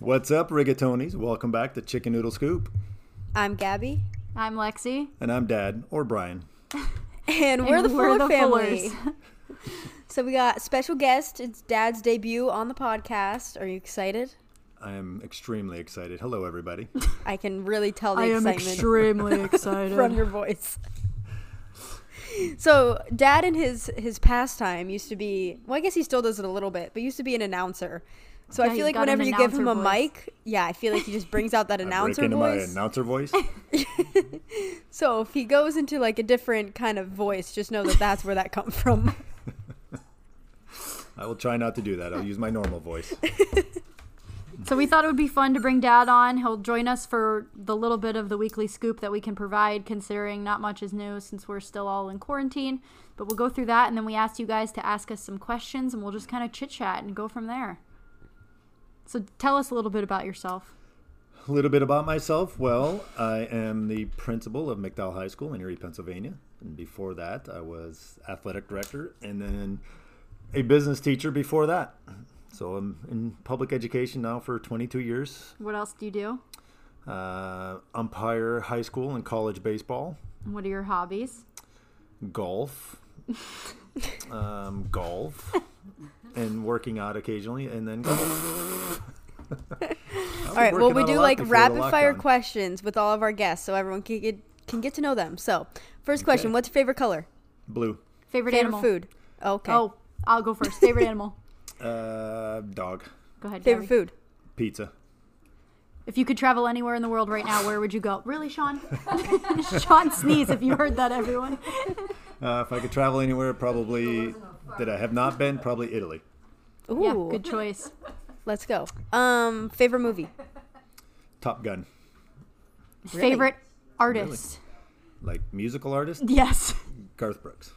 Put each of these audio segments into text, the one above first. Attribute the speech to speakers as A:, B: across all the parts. A: What's up, Rigatonies? Welcome back to Chicken Noodle Scoop.
B: I'm Gabby,
C: I'm Lexi.
A: And I'm Dad, or Brian.
B: and we're the Fuller family. So we got special guest. It's Dad's debut on the podcast. Are you excited?
A: I am extremely excited. Hello, everybody.
B: I can really tell the
C: I am
B: excitement
C: extremely excited.
B: from your voice. so Dad in his his pastime used to be. Well, I guess he still does it a little bit, but used to be an announcer. So
C: Yeah,
B: I
C: you
B: feel like
C: got an
B: whenever you give him a
C: announcer voice.
B: mic, yeah, I feel like he just brings out that
A: I break
B: announcer
A: into my
B: voice.
A: announcer voice.
B: so if he goes into like a different kind of voice, just know that that's where that comes from.
A: I will try not to do that. I'll use my normal voice.
C: so we thought it would be fun to bring Dad on. He'll join us for the little bit of the weekly scoop that we can provide, considering not much is new since we're still all in quarantine. But we'll go through that, and then we asked you guys to ask us some questions, and we'll just kind of chit chat and go from there. So tell us a little bit about yourself.
A: A little bit about myself. Well, I am the principal of McDowell High School in Erie, Pennsylvania. And before that, I was athletic director and then a business teacher before that. So I'm in public education now for 22 years.
C: What else do you do?
A: Uh, umpire high school and college baseball.
C: And What are your hobbies?
A: golf, um, golf, and working out occasionally, and then golf.
B: All right. Well, we do like rapid fire questions with all of our guests, so everyone can get can get to know them. So, first question:
A: Okay.
B: What's your favorite color?
A: Blue,
C: Favorite,
B: Favorite
C: animal?
B: food? Okay.
C: Oh, I'll go first. Favorite animal?
A: uh, dog,
C: Go ahead.
B: favorite
C: Gabby.
B: food?
A: pizza.
C: If you could travel anywhere in the world right now, where would you go? Really, Sean? Sean sneeze if you heard that, everyone.
A: Uh, if I could travel anywhere, probably that I have not been, probably Italy.
B: Ooh,
C: Yeah, good choice.
B: let's go. Um, favorite movie?
A: Top Gun,
C: Favorite artist?
A: like musical artist,
C: Yes.
A: Garth Brooks,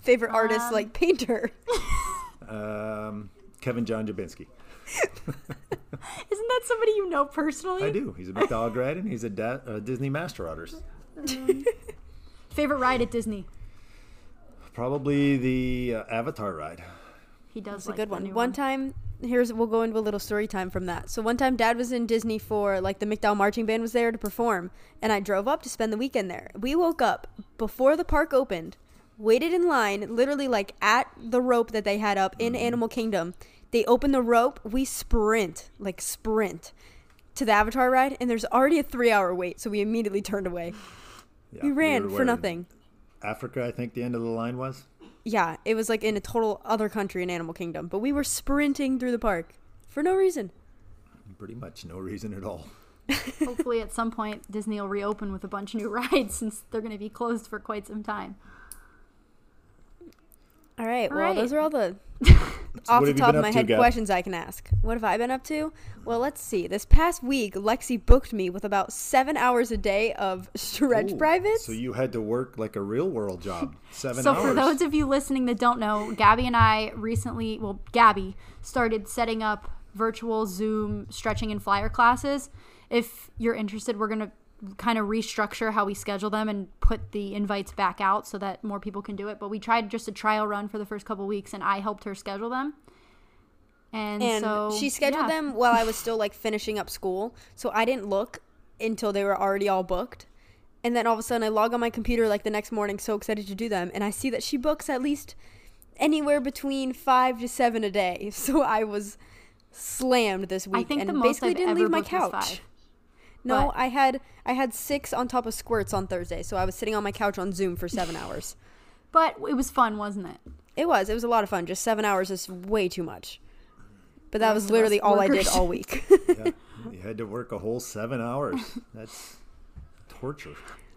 B: Favorite artist like painter?
A: um, Kevin John Jabinski.
C: Isn't that somebody you know personally?
A: I do. He's a McDowell grad and he's a da- uh, Disney master artist.
C: Favorite ride at Disney?
A: Probably the uh, Avatar ride.
C: He does
B: It's a
C: like
B: good
C: the
B: one.
C: new
B: One time, here's we'll go into a little story time from that. So one time, Dad was in Disney for like the McDowell marching band was there to perform, and I drove up to spend the weekend there. We woke up before the park opened, waited in line, literally like at the rope that they had up in Animal Kingdom. They open the rope, we sprint like sprint to the Avatar ride, and there's already a three-hour wait. So we immediately turned away.
A: Yeah,
B: We ran
A: were
B: for
A: where?
B: nothing.
A: Africa, I think the end of the line was.
B: Yeah, it was like in a total other country in Animal Kingdom, but we were sprinting through the park for no reason.
A: Pretty much no reason at all.
C: Hopefully, at some point, Disney will reopen with a bunch of new rides since they're going to be closed for quite some time.
B: All right.
C: All
B: well,
C: right.
B: those are all the
A: what
B: off the
A: have you
B: top
A: been
B: of
A: up
B: my
A: to,
B: head
A: Gab?
B: questions I can ask. What have I been up to? Well, let's see. This past week, Lexi booked me with about seven hours a day of stretch
A: Ooh,
B: privates.
A: So you had to work like a real world job, seven
C: So
A: hours.
C: for those of you listening that don't know, Gabby and I recently, well, Gabby started setting up virtual Zoom stretching and flyer classes. If you're interested, we're going to kind of restructure how we schedule them and put the invites back out so that more people can do it. But we tried just a trial run for the first couple weeks and I helped her schedule them. And,
B: and
C: so
B: she scheduled
C: yeah.
B: them while I was still like finishing up school, so I didn't look until they were already all booked. And then all of a sudden, I log on my computer like the next morning, so excited to do them, and I see that she books at least anywhere between five to seven a day. So I was slammed this
C: I
B: week
C: think
B: and
C: the most
B: basically
C: I've
B: didn't
C: ever
B: leave my
C: booked was
B: couch.
C: five.
B: No,
C: But-
B: I had I had six on top of squirts on Thursday, so I was sitting on my couch on Zoom for seven hours.
C: But it was fun, wasn't it?
B: It was it was a lot of fun. Just seven hours is way too much. But that
C: We're
B: was
C: the
B: literally
C: best
B: all I did
C: workers.
B: all week.
A: yeah, you had to work a whole seven hours. That's torture.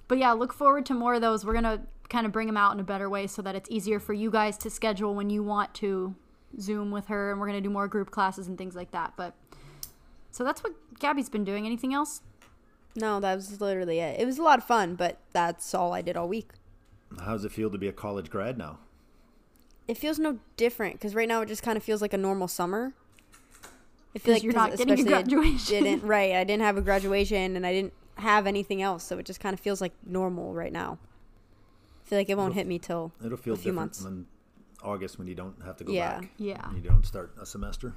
C: But yeah, look forward to more of those. We're going to kind of bring them out in a better way so that it's easier for you guys to schedule when you want to Zoom with her, and we're gonna do more group classes and things like that. But so that's what Gabby's been doing. Anything else?
B: No, that was literally it. It was a lot of fun, but that's all I did all week.
A: How does it feel to be a college grad now?
B: It feels no different because right now it just kind of feels like a normal summer. I
C: 'Cause
B: feel like
C: you're
B: 'cause
C: not getting a
B: especially I
C: graduation.
B: Didn't right? I didn't have a graduation, and I didn't have anything else, so it just kind of feels like normal right now. I feel like it won't hit me till
A: It'll feel
B: a few
A: different
B: months.
A: in August when you don't have to go
B: Yeah.
A: back.
C: Yeah.
A: You don't start a semester.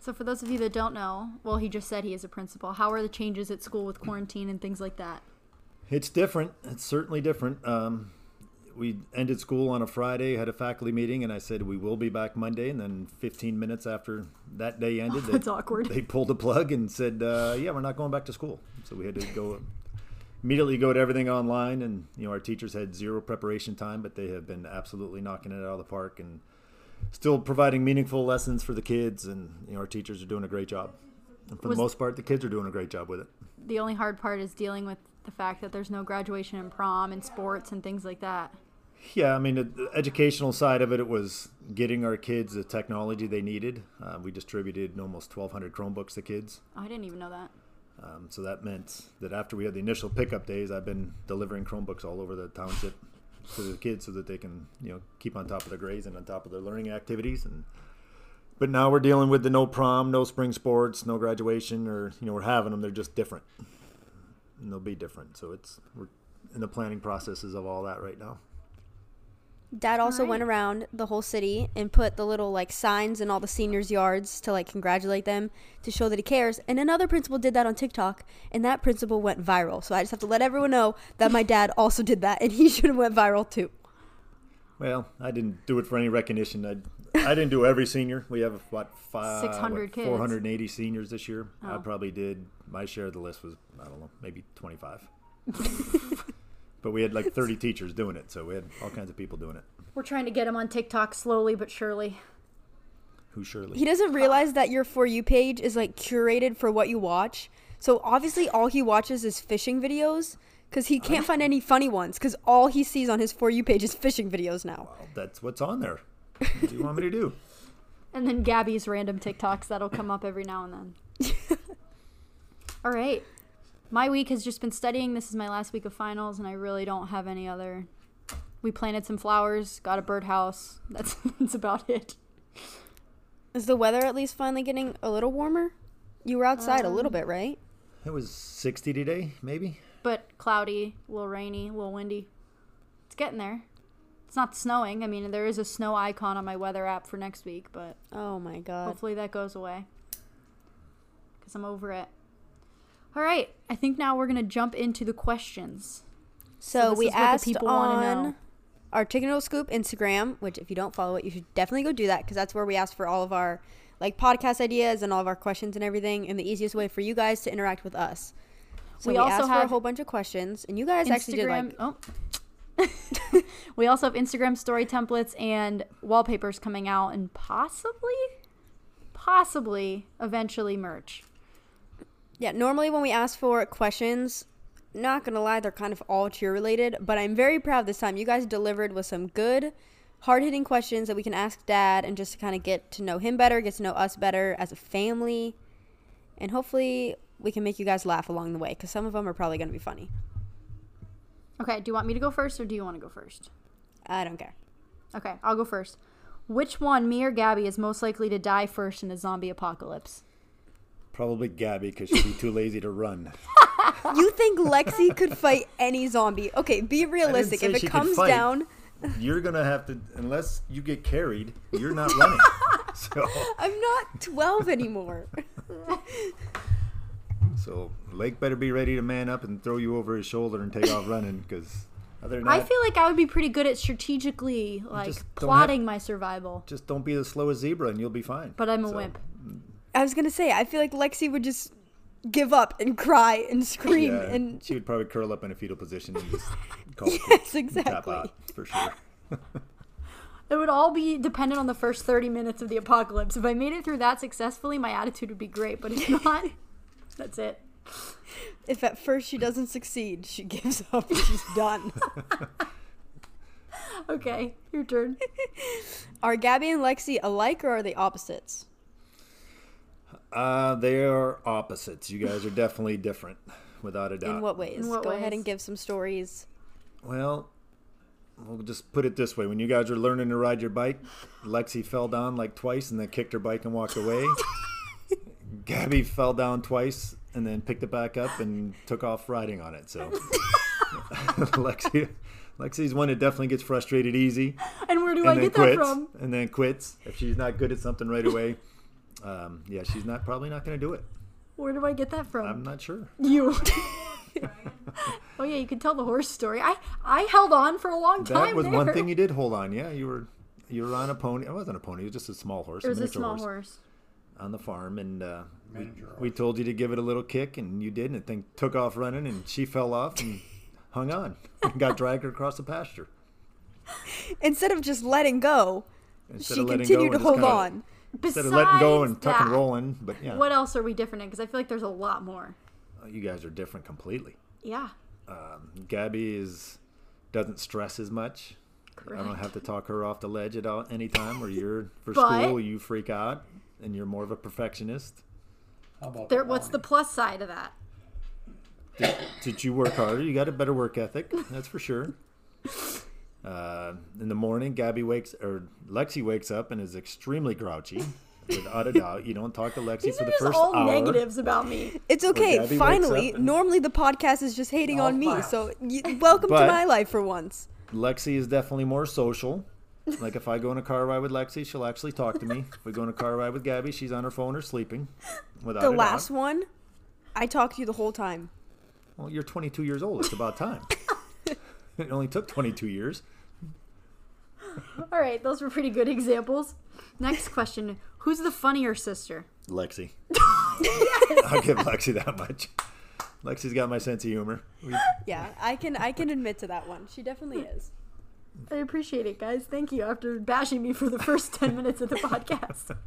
C: So for those of you that don't know, well, he just said he is a principal. How are the changes at school with quarantine and things like that?
A: It's different. It's certainly different. Um, we ended school on a Friday, had a faculty meeting, and I said we will be back Monday. And then 15 minutes after that day ended,
C: Oh, that's
A: they,
C: awkward.
A: They pulled the plug and said, uh, "Yeah, we're not going back to school." So we had to go immediately go to everything online, and you know our teachers had zero preparation time, but they have been absolutely knocking it out of the park and still providing meaningful lessons for the kids. And you know our teachers are doing a great job. And for
C: Was-
A: the most part, the kids are doing a great job with it.
C: The only hard part is dealing with the fact that there's no graduation and prom and sports and things like that.
A: Yeah, I mean, the- the educational side of it, it was getting our kids the technology they needed. Uh, we distributed almost 1,200 Chromebooks to kids.
C: Oh, I didn't even know that.
A: Um, so that meant that after we had the initial pickup days, I've been delivering Chromebooks all over the township to the kids so that they can, you know, keep on top of their grades and on top of their learning activities. And but now we're dealing with the no prom, no spring sports, no graduation, or you know, we're having them. They're just different, and they'll be different. So it's we're in the planning processes of all that right now.
B: Dad also went
C: right.
B: around the whole city and put the little like signs in all the seniors' yards to like congratulate them to show that he cares. And another principal did that on TikTok, and that principal went viral. So I just have to let everyone know that my dad also did that, and he should have went viral too.
A: Well, I didn't do it for any recognition. I, I didn't do every senior. We have what five,
C: 600 kids.
A: four hundred and eighty seniors this year. I
C: Oh.
A: probably did. My share of the list was I don't know, maybe twenty five. but we had like thirty teachers doing it, so we had all kinds of people doing it.
C: We're trying to get him on TikTok slowly but surely.
A: Who surely?
B: He doesn't realize that your for you page is like curated for what you watch. So obviously, all he watches is fishing videos because he can't find any funny ones because all he sees on his for you page is fishing videos now.
A: Well, that's what's on there. What do you want me to do?
C: And then Gabby's random TikToks that'll come up every now and then. All right. My week has just been studying. This is my last week of finals, and I really don't have any other. We planted some flowers, got a birdhouse. That's, that's about it.
B: Is the weather at least finally getting a little warmer? You were outside a little bit, right?
A: It was sixty today, maybe.
C: But cloudy, a little rainy, a little windy. It's getting there. It's not snowing. I mean, there is a snow icon on my weather app for next week, but
B: Oh my god.
C: Hopefully that goes away. Because I'm over it. All right. I think now we're going to jump into the questions.
B: So,
C: this
B: we
C: is what the
B: asked
C: people wanna
B: on
C: know.
B: our Chicken Noodle Scoop Instagram, which if you don't follow it, you should definitely go do that because that's where we asked for all of our like podcast ideas and all of our questions and everything, and the easiest way for you guys to interact with us. So
C: We
B: we,
C: also
B: asked for a
C: have
B: whole bunch of questions, and you guys actually did like
C: Instagram. Oh. we also have Instagram story templates and wallpapers coming out and possibly, possibly eventually merch.
B: Yeah, normally when we ask for questions, not gonna lie, they're kind of all cheer related, but I'm very proud this time. You guys delivered with some good, hard hitting questions that we can ask dad and just to kind of get to know him better, get to know us better as a family, and hopefully we can make you guys laugh along the way because some of them are probably gonna be funny.
C: Okay. Do you want me to go first or do you want to go first?
B: I don't care.
C: Okay. I'll go first. Which one, me or Gabby, is most likely to die first in a zombie apocalypse?
A: Probably Gabby because she'd be too lazy to run.
B: You think Lexi could fight any zombie? Okay, be realistic.
A: say
B: If
A: she could
B: it comes
A: fight.
B: down,
A: You're gonna have to unless you get carried. You're not running. So.
B: I'm not 12 anymore.
A: So Lake better be ready to man up and throw you over his shoulder and take off running because other than that,
C: I feel like I would be pretty good at strategically like
A: just don't have-
C: plotting my survival,
A: just don't be as slow as zebra and you'll be fine.
C: but I'm a
A: So,
C: wimp.
B: I was gonna say, I feel like Lexi would just give up and cry and scream
A: Yeah,
B: and
A: she would probably curl up in a fetal position and just call it quits
B: yes,
A: and tap
B: exactly.
A: out for sure.
C: It would all be dependent on the first 30 minutes of the apocalypse. If I made it through that successfully, my attitude would be great, but if not, that's it.
B: If at first she doesn't succeed, she gives up and she's done.
C: Okay, your turn.
B: Are Gabby and Lexi alike or are they opposites?
A: Uh, they are opposites. You guys are definitely different, without a doubt.
B: In what ways?
C: In what
B: Go ahead
C: ways?
B: and give some stories.
A: Well, we'll just put it this way: when you guys were learning to ride your bike, Lexi fell down like twice and then kicked her bike and walked away. Gabby fell down twice and then picked it back up and took off riding on it. So, Lexi, Lexi's one that definitely gets frustrated easy
C: And where do I
A: and then
C: get
A: quits
C: that from?
A: and then quits if she's not good at something right away. Um, yeah, she's not probably not going to do it.
C: Where do I get that from?
A: I'm not sure.
C: you. oh yeah, you can tell the horse story. I I held on for a long time.
A: That was
C: there.
A: one thing you did hold on. Yeah, you were you were on a pony. I wasn't a pony. It was just a small horse.
C: It was a
A: miniature
C: small horse.
A: on the farm, and uh, we, we told you to give it a little kick, and you did, and the thing took off running, and she fell off and hung on, and got dragged across the pasture.
B: Instead of just letting go,
A: Instead
B: she
A: of letting go
B: continued
A: and
B: to
A: just
B: hold
A: kinda-
B: on.
A: Instead of letting go
C: Besides
A: and tuck and
C: that,
A: rolling, but yeah,
C: What else are we different in? Because I feel like there's a lot more.
A: you guys are different completely.
C: Yeah.
A: Gabby is doesn't stress as much. I don't
C: Correct.
A: have to talk her off the ledge at all, any time. Or you're for
C: But-
A: school, you freak out, and you're more of a perfectionist.
D: How about
C: There. What's the plus side of that?
A: Did you work harder? You got a better work ethic, that's for sure. Uh, in the morning, Gabby wakes or Lexi wakes up and is extremely grouchy, without a doubt. You don't talk to Lexi
C: These
A: for
C: are
A: the
C: just
A: first
C: all
A: hour.
C: negatives about me.
B: It's okay.
A: Gabby wakes
B: Finally,
A: up and-
B: normally the podcast is just hating
D: All
B: on me.
D: files.
B: So y- welcome
A: But-
B: to my life for once.
A: Lexi is definitely more social. Like if I go on a car ride with Lexi, she'll actually talk to me. If we go on a car ride with Gabby, she's on her phone or sleeping. Without
B: The
A: a doubt.
B: last one, I talked to you the whole time.
A: Well, you're 22 years old. It's about time. it only took 22 years.
C: All right, those were pretty good examples. Next question: Who's the funnier sister?
A: Lexi. I'll give Lexi that much. Lexi's got my sense of humor. We-
B: Yeah, I can I can admit to that one. She definitely is.
C: I appreciate it, guys. Thank you after bashing me for the first ten minutes of the podcast.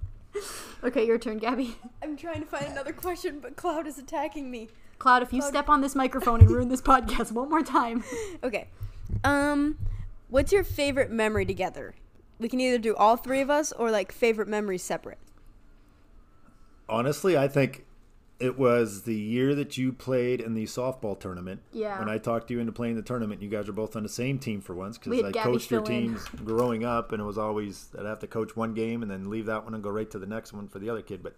C: Okay, your turn, Gabby.
B: I'm trying to find another question, but Cloud is attacking me.
C: Cloud, if you step on this microphone and ruin this podcast one more time,
B: Okay. Um, what's your favorite memory together? We can either do all three of us or like favorite memories separate.
A: Honestly, I think it was the year that you played in the softball tournament.
C: Yeah.
A: When I talked you into playing the tournament, you guys were both on the same team for once
C: We
A: because
C: had
A: I
C: Gabby
A: coached your
C: fill in.
A: teams growing up, and it was always I'd have to coach one game and then leave that one and go right to the next one for the other kid. But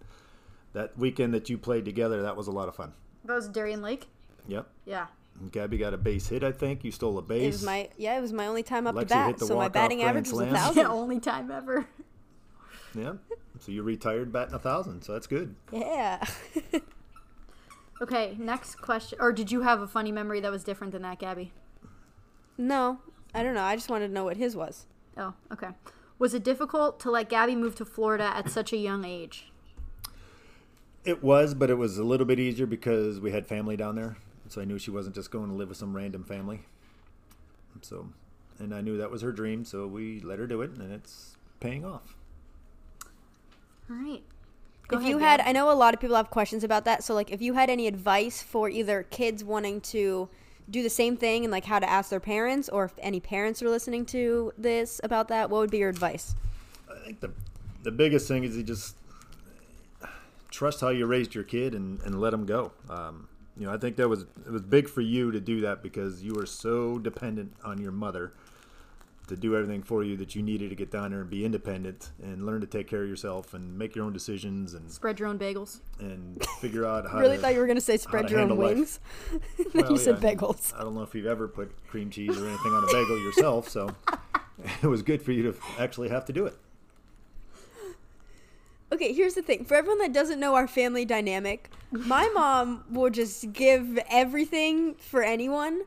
A: that weekend that you played together, that was a lot of fun.
C: that was Darien Lake.
A: Yep.
C: Yeah.
A: And Gabby got a base hit, I think. You stole a base.
B: It was my yeah, it was my only time up
A: Lexi
B: to bat,
A: hit the
B: so my
A: walk-off
B: batting
A: grand
B: average was a
A: slam.
C: Yeah,
B: thousand.
C: only time ever.
A: Yeah. So you retired batting a thousand, so that's good.
B: Yeah.
C: Okay, next question. Or did you have a funny memory that was different than that, Gabby?
B: no, I don't know. I just wanted to know what his was.
C: Oh, okay. Was it difficult to let Gabby move to Florida at such a young age?
A: It was, but it was a little bit easier because we had family down there, so I knew she wasn't just going to live with some random family. So, and I knew that was her dream, so we let her do it, and it's paying off.
C: All right.
B: if you had i know a lot of people have questions about that so like if you had any advice for either kids wanting to do the same thing and like how to ask their parents or if any parents are listening to this about that what would be your advice
A: I think the the biggest thing is you just trust how you raised your kid and, and let them go. Um, you know, I think that was it was big for you to do that because you were so dependent on your mother to do everything for you that you needed to get down there and be independent and learn to take care of yourself and make your own decisions and
C: spread your own bagels.
A: and figure out how
B: really
A: to,
B: thought you were going to say spread
A: to
B: your own
A: handle life.
B: wings then
A: Well,
B: you said
A: yeah,
B: bagels
A: I don't know if you've ever put cream cheese or anything on a bagel yourself, so it was good for you to actually have to do it.
B: okay here's the thing for everyone that doesn't know our family dynamic my mom will just give everything for anyone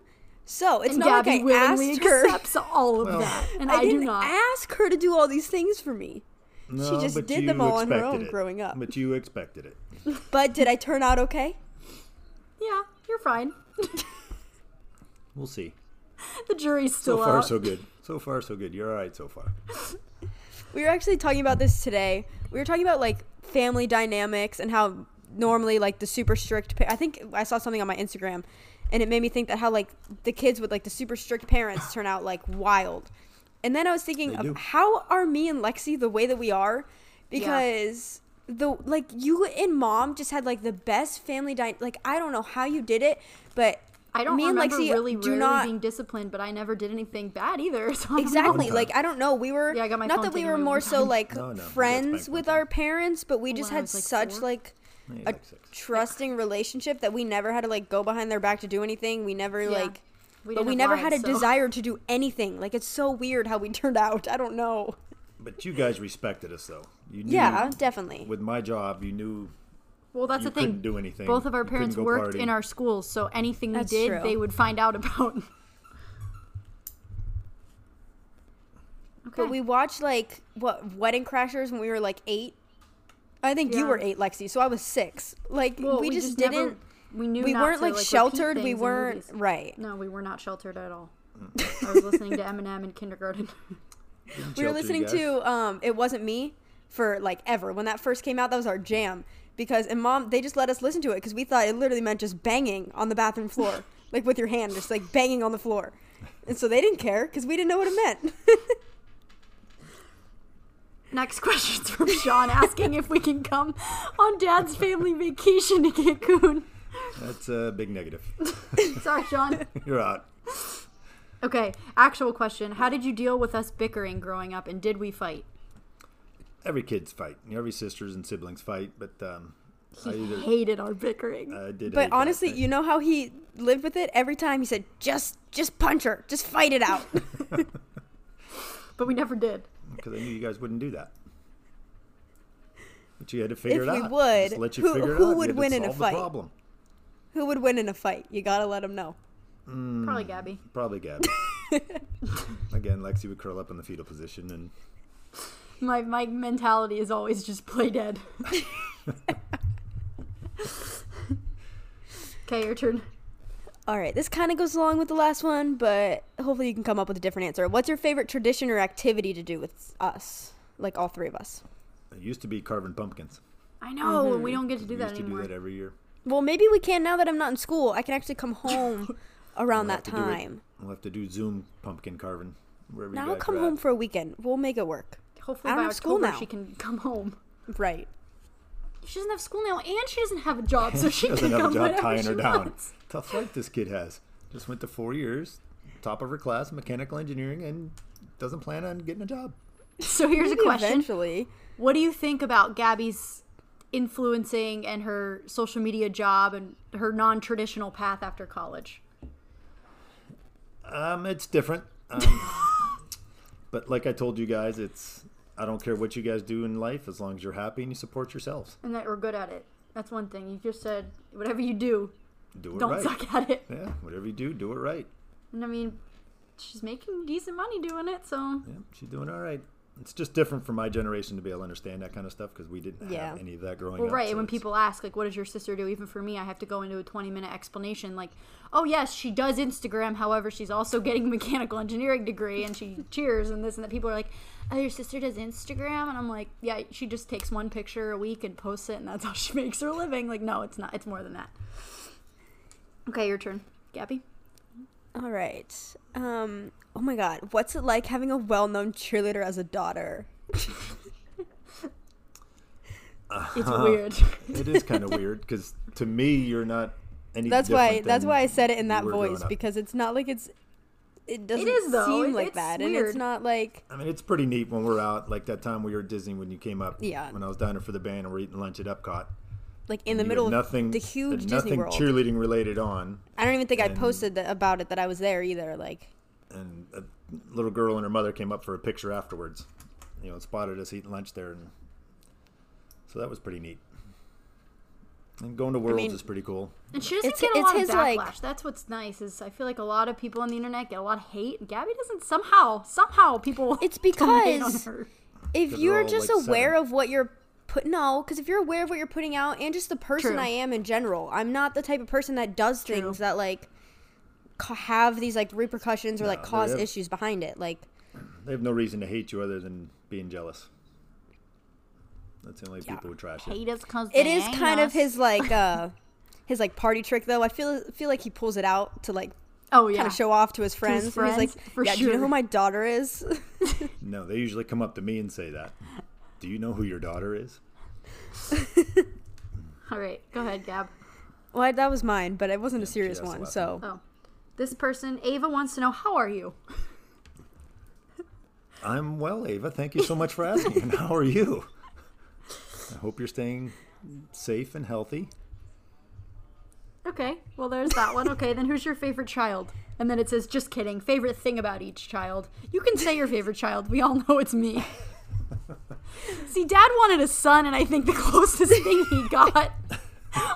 B: so it's
C: And
B: not
C: Gabby
B: like i
C: willingly
B: asked her
C: accepts all of that, and I,
B: i
C: do
B: didn't
C: not.
B: ask her to do all these things for me
A: No,
B: just
A: but
B: did
A: you
B: them all on her
A: expected
B: own
A: it.
B: growing up.
A: But you expected it.
B: but did i turn out okay
C: yeah, you're fine.
A: We'll see.
C: The jury's
A: So
C: still
A: far,
C: out.
A: so good. So far, so good. You're all right so far.
B: We were actually talking about this today. We were talking about like family dynamics and how normally like the super strict. Pa- I think I saw something on my Instagram, and it made me think that how like the kids with like the super strict parents turn out like wild, And then I was thinking,
A: They
B: of
A: do.
B: how are me and Lexi the way that we are? Because the like you and mom just had like the best family di- like I don't know how you did it, but
C: I don't
B: me and
C: remember
B: Lexi
C: really
B: do
C: rarely
B: not
C: being disciplined, but I never did anything bad either. So I don't know.
B: Exactly.
A: Okay.
B: Like I don't know. We were
C: Yeah, I got my
B: not
C: phone
B: that we
C: taken
B: were
C: away
B: more
C: one
B: so
C: time.
B: like
A: No, no, that's
B: friends
A: back
B: with
A: when-
B: our parents, but we just
C: When I
B: had
C: was, like,
B: such
C: four.
B: like
A: Yeah,
B: a
A: like six.
B: trusting relationship that we never had to like go behind their back to do anything. We never
C: Yeah.
B: like
C: We
B: but
C: didn't
B: we
C: have
B: never
C: lives,
B: had a
C: so-
B: desire to do anything. Like it's so weird how we turned out. I don't know.
A: But you guys respected us though. You knew
B: Yeah, definitely.
A: With my job, you knew
C: Well, that's
A: You
C: the thing.
A: couldn't do anything.
C: Both of our
A: You couldn't
C: parents
A: go
C: worked
A: party.
C: in our schools, so anything we
B: That's
C: did,
B: true.
C: they would find out about. okay.
B: But we watched like what Wedding Crashers when we were like 8. I think you
C: Yeah.
B: were 8, Lexi, so I was 6. Like
C: Well,
B: we, just,
C: never-
B: didn't
C: we knew
B: we
C: not
B: weren't
C: to,
B: like,
C: repeat
B: sheltered.
C: things
B: We
C: in
B: weren't
C: movies.
B: right.
C: No, we were not sheltered at all.
A: Mm.
C: I was listening to Eminem in kindergarten.
B: we were
A: Shelter, you
B: listening
A: guys.
B: to um it wasn't me for like ever when that first came out that was our jam because and mom they just let us listen to it because we thought it literally meant just banging on the bathroom floor like with your hand just like banging on the floor and so they didn't care because we didn't know what it meant
C: Next question's from Sean asking if we can come on Dad's family vacation to Cancun.
A: That's a big negative.
C: Sorry, Sean.
A: You're out.
C: Okay, actual question: How did you deal with us bickering growing up, and did we fight?
A: Every kid's fight. You know, Every sisters and siblings fight, but um, I either
C: Hated our bickering.
A: I did. hate
B: but
A: that
B: honestly
A: thing.
B: you know how he lived with it every time he said just just punch her just fight it out
C: but we never did.
A: because I knew you guys wouldn't do that. But you had to figure
B: If
A: it
B: we
A: out.
B: would,
A: Just let you
B: who-
A: figure it
B: who
A: out. You
B: would
A: had to
B: win in a
A: solve the
B: fight?
A: problem.
B: who would win in a fight you gotta let him know
A: Hmm.
C: Probably Gabby.
A: Probably Gabby. Again, Lexi would curl up in the fetal position, and
C: My my mentality is always just play dead. okay, your turn.
B: all right this kind of goes along with the last one but hopefully you can come up with a different answer what's your favorite tradition or activity to do with us like all three of us
A: it used to be carving pumpkins.
C: I know we don't get to do
A: Mm-hmm. We
C: that
A: used to
C: anymore.
A: do that every year.
B: Well, maybe we can now that I'm not in school. I can actually come home around that
A: We'll have to do it-
B: time.
A: We'll have to do Zoom pumpkin carving. Wherever
B: Now
A: you
B: I'll
A: guys
B: come
A: are
B: home
A: at.
B: for a weekend. We'll make it work.
C: Hopefully
B: I
C: by
B: don't
C: October
B: have school now.
C: she can come home.
B: Right.
C: She doesn't have school now, and she doesn't have a job, so she
A: doesn't have
C: can
A: a
C: come
A: job
C: whenever
A: tying
C: she
A: her down.
C: wants.
A: Tough life this kid has. Just went to four years, top of her class, mechanical engineering, and doesn't plan on getting a job.
C: So here's a question:
B: Eventually.
C: What do you think about Gabby's influencing and her social media job and her non-traditional path after college?
A: Um, it's different. Um, but like I told you guys, it's I don't care what you guys do in life as long as you're happy and you support yourselves.
C: And that we're good at it. That's one thing. You just said whatever you do,
A: Do it
C: don't
A: right.
C: suck at it.
A: Yeah, whatever you do, do it right.
C: And I mean, she's making decent money doing it, so
A: Yeah, she's doing all right. It's just different for my generation to be able to understand that kind of stuff because we didn't
B: Yeah.
A: have any of that growing
C: well,
A: up.
C: right.
A: so
C: and when
A: it's-
C: people ask like, "What does your sister do?" Even for me, I have to go into a twenty-minute explanation. Like, oh yes, she does Instagram. However, she's also getting a mechanical engineering degree, and she cheers and this and that. People are like, "Oh, your sister does Instagram," and I'm like, "Yeah, she just takes one picture a week and posts it, and that's how she makes her living." Like, no, it's not. It's more than that. Okay, your turn, Gabby.
B: All right. Um. Oh my God. What's it like having a well-known cheerleader as a daughter?
C: It's weird.
A: it is kind of weird because to me, you're not any.
B: That's why.
A: different
B: That's
A: than
B: why I said it in
A: you
B: that
A: were growing
B: voice
A: up.
B: because it's not like it's. It doesn't
C: is, though.
B: seem
C: It-
B: like
C: it's
B: that, and
C: weird.
B: it's not like.
A: I mean, it's pretty neat when we're out, like that time we were at Disney when you came up.
B: Yeah.
A: When I was down there for the band and we're eating lunch at Epcot.
B: Like in
A: You
B: the
A: had
B: middle
A: nothing,
B: of the
A: had
B: huge Disney
A: nothing
B: World,
A: cheerleading related on,
B: I don't even think I
A: and-
B: posted that about it that I was there either. Like,
A: and a little girl and her mother came up for a picture afterwards. You know, and spotted us eating lunch there, and so that was pretty neat. And going to Worlds
B: mean-
A: is pretty cool.
C: And she doesn't
B: It's-
C: get a
B: it's
C: lot
B: his,
C: of
B: like-
C: backlash. That's what's nice is I feel like a lot of people on the internet get a lot of hate. and Gabby doesn't somehow somehow people
B: It's
C: don't hate on
B: because-
C: her.
B: if
A: they're
B: you're
A: all,
B: just
A: like,
B: aware
A: seven.
B: of what you're put no because if you're aware of what you're putting out and just the person
C: True.
B: i am in general i'm not the type of person that does things that like ca- have these like repercussions or like
A: No,
B: cause
A: there is.
B: issues behind it like
A: They have no reason to hate you other than being jealous. That's the only people who trash you.
C: hate us because
B: it is kind of his like uh his like party trick though i feel feel like he pulls it out to like
C: Oh yeah.
B: kind of show off to his friends.
C: his
B: And he's
C: friends,
B: like,
C: for
B: yeah, do you know
C: sure.
B: who my daughter is?
A: No, they usually come up to me and say that. Do you know who your daughter is?
C: All right, go ahead, Gab.
B: well, that was mine, but it wasn't a serious
A: that's
B: one.
A: laughing.
B: So
C: Oh, this person Ava wants to know how are you.
A: I'm well, Ava. Thank you so much for asking. And how are you? I hope you're staying safe and healthy.
C: Okay, well there's that one. Okay, then who's your favorite child? And then it says, just kidding. Favorite thing about each child. You can say your favorite child. We all know it's me. See, Dad wanted a son, and I think the closest thing he got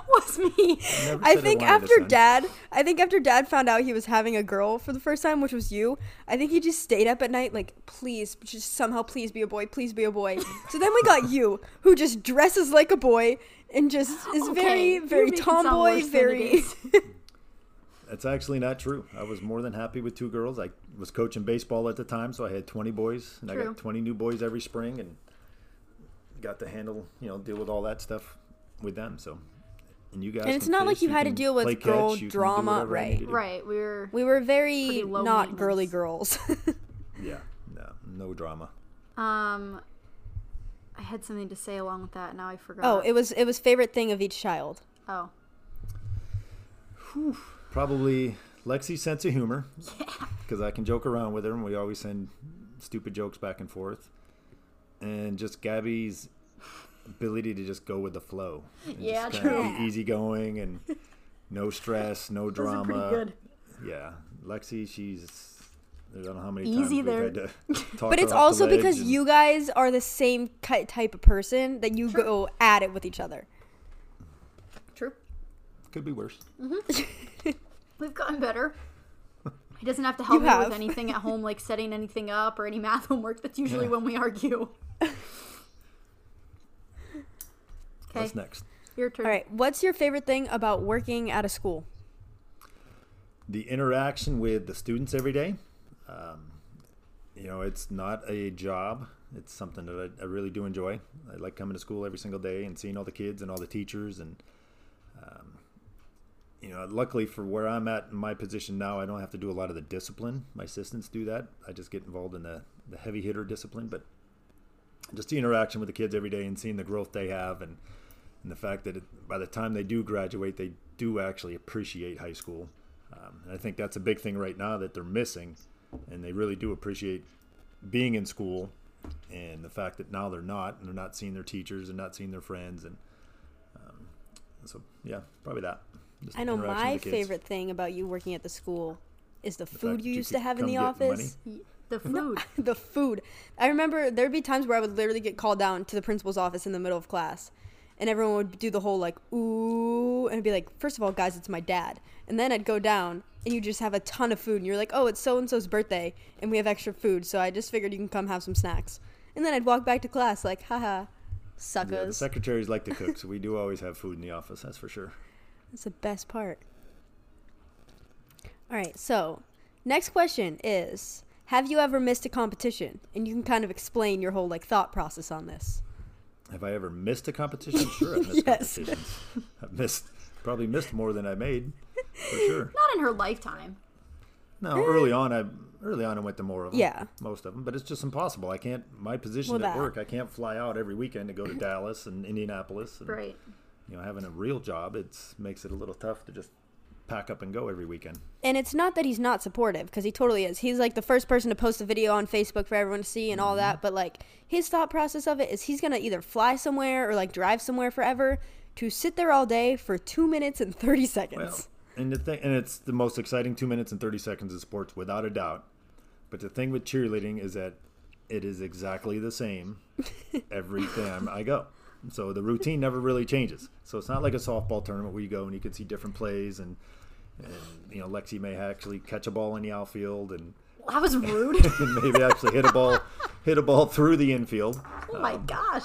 C: was me.
A: Never
B: I
A: said wanted
B: think
A: a
B: after
A: son.
B: dad, I think after dad found out he was having a girl for the first time, which was you, I think he just stayed up at night like, please, just somehow, please be a boy, please be a boy. so then we got you, who just dresses like a boy and just is
C: Okay,
B: very,
C: you're
B: very
C: making it sound
B: tomboy,
C: worse than it
B: very.
C: is.
A: That's actually not true. I was more than happy with two girls. I was coaching baseball at the time, so I had 20 boys, and I
C: True.
A: got 20 new boys every spring, and got to handle, you know, deal with all that stuff with them. So, and you guys,
B: And it's
A: can
B: not
A: fish,
B: like you had to
A: can
B: deal with
A: play catch,
B: girl
A: you can do
B: drama,
A: whatever I
B: right.
A: needed to do.
C: right, we were.
B: We were very
C: Pretty low
B: not girly
C: maintenance.
B: girls.
A: Yeah, no, no drama.
C: Um, I had something to say along with that. Now I forgot.
B: oh, it was it was favorite thing of each child.
C: oh.
A: Probably Lexi's sense of humor, because I can joke around with her, and we always send stupid jokes back and forth, and just Gabby's ability to just go with the flow. and
C: Yeah,
A: just kinda
C: true.
A: Be easygoing and no stress, no
C: Those
A: drama.
C: are pretty good.
A: Yeah, Lexi, she's I don't know how many times
C: Easy
A: we've
C: there.
A: had to talk
B: But
A: her
B: it's
A: off the
B: also
A: ledge
B: because
A: and-
B: you guys are the same ki- type of person that you go at it with each other.
C: True.
A: could be worse.
C: We've gotten better. He doesn't have to
B: You
C: help me
B: have.
C: with anything at home, like setting anything up or any math homework. That's usually
A: Yeah.
C: when we argue. Okay,
A: What's next?
C: your turn.
B: All right, what's your favorite thing about working at a school?
A: the interaction with the students every day. Um, you know, it's not a job. It's something that I, I really do enjoy. I like coming to school every single day and seeing all the kids and all the teachers. And, um, you know, luckily for where I'm at in my position now, I don't have to do a lot of the discipline. My assistants do that. I just get involved in the, the heavy hitter discipline. But just the interaction with the kids every day and seeing the growth they have and, and the fact that it, by the time they do graduate, they do actually appreciate high school. Um, and I think that's a big thing right now that they're missing, and they really do appreciate being in school, and the fact that now they're not, and they're not seeing their teachers, and not seeing their friends, and um, so yeah, probably that. Just
B: I know
A: interaction
B: my
A: with the kids.
B: favorite thing about you working at the school is the,
A: fact
B: food
A: that
B: you
A: you
B: used to
A: could
B: have in
A: come
B: the
A: get money.
B: office.
C: Y- The food.
B: the food. I remember there'd be times where I would literally get called down to the principal's office in the middle of class, and everyone would do the whole like ooh, and I'd be like, first of all, guys, it's my dad. And then I'd go down, and you just have a ton of food, and you're like, oh, it's so and so's birthday, and we have extra food, so I just figured you can come have some snacks. And then I'd walk back to class like,
A: Yeah,
B: haha,
A: the
B: suckers.
A: secretaries like to cook, so we do always have food in the office. That's for sure.
B: That's the best part. All right, so next question is Have you ever missed a competition? And you can kind of explain your whole like thought process on this.
A: Have I ever missed a competition? Sure, I've missed
B: Yes.
A: competitions. I've missed probably missed more than I made for sure.
C: Not in her lifetime.
A: No, early on, I early on I went to more of them.
B: Yeah.
A: most of them, but it's just impossible. I can't. My position
B: Well,
A: at
B: that.
A: work, I can't fly out every weekend to go to Dallas and Indianapolis. And,
C: Right.
A: You know, having a real job, it makes it a little tough to just pack up and go every weekend.
B: And it's not that he's not supportive, because he totally is. He's like the first person to post a video on Facebook for everyone to see and all that. But like his thought process of it is he's going to either fly somewhere or like drive somewhere forever to sit there all day for two minutes and 30
A: Well,
B: seconds.
A: and the thing, and it's the most exciting two minutes and thirty seconds in sports, without a doubt. But the thing with cheerleading is that it is exactly the same every time I go. So the routine never really changes. So it's not like a softball tournament where you go and you can see different plays, and, and you know Lexi may actually catch a ball in the outfield, and,
C: Well, that was rude.
A: and maybe actually hit a ball, hit a ball through the infield.
C: oh
A: Um,
C: my gosh.